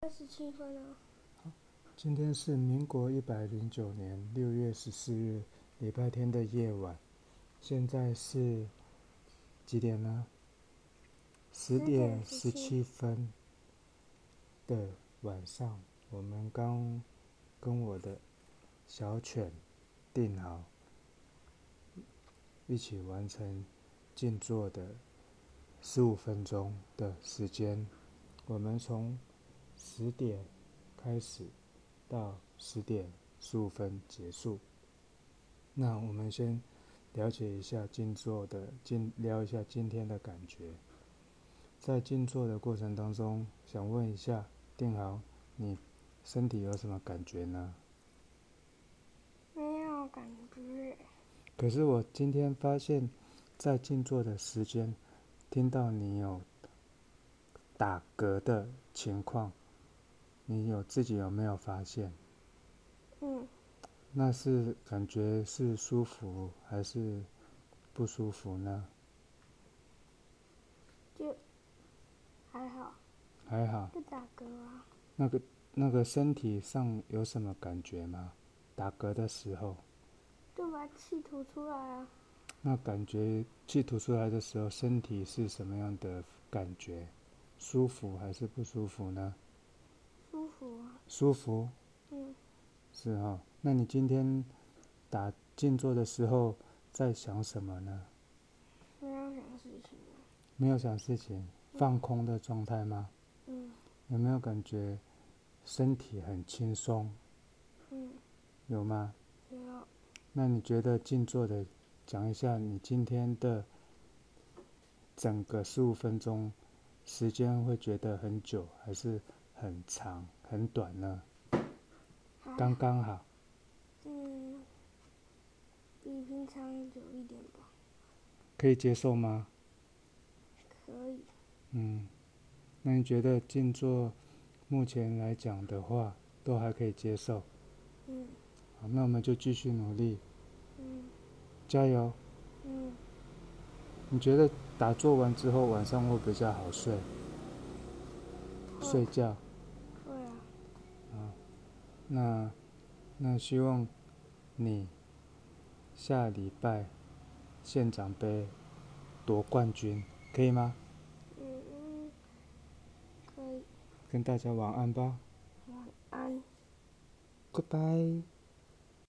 二十七分哦。今天是民国一百零九年六月十四日，礼拜天的夜晚。现在是几点呢？十点十七分的晚上，我们刚跟我的小犬定好，一起完成静坐的十五分钟的时间。我们从十点开始到十点十五分结束。那我们先了解一下静坐的今聊一下今天的感觉。在静坐的过程当中，想问一下定豪，你身体有什么感觉呢？没有感觉，可是我今天发现，在静坐的时间，听到你有打嗝的情况，你有自己有没有发现？嗯，那是感觉是舒服还是不舒服呢？就还好，还好，不打嗝啊。那个那个身体上有什么感觉吗？打嗝的时候，就把气吐出来啊，那感觉气吐出来的时候，身体是什么样的感觉？舒服还是不舒服呢？舒服啊。舒服嗯，是哈、哦。那你今天打静坐的时候在想什么呢？没有想事情啊。没有想事情，放空的状态吗？嗯有没有感觉身体很轻松？嗯，有吗？没有，那你觉得静坐的，讲一下你今天的整个十五分钟时间会觉得很久，还是很长、很短呢？还刚好刚好，嗯，比平常久一点吧，可以接受吗？可以。嗯，那你觉得静坐目前来讲的话，都还可以接受？嗯好，那我们就继续努力，嗯加油！嗯，你觉得打坐完之后晚上会比较好睡？睡觉？会啊，那那希望你下礼拜县长杯夺冠军，可以吗？嗯嗯，可以。跟大家晚安吧晚安。 ，Goodbye。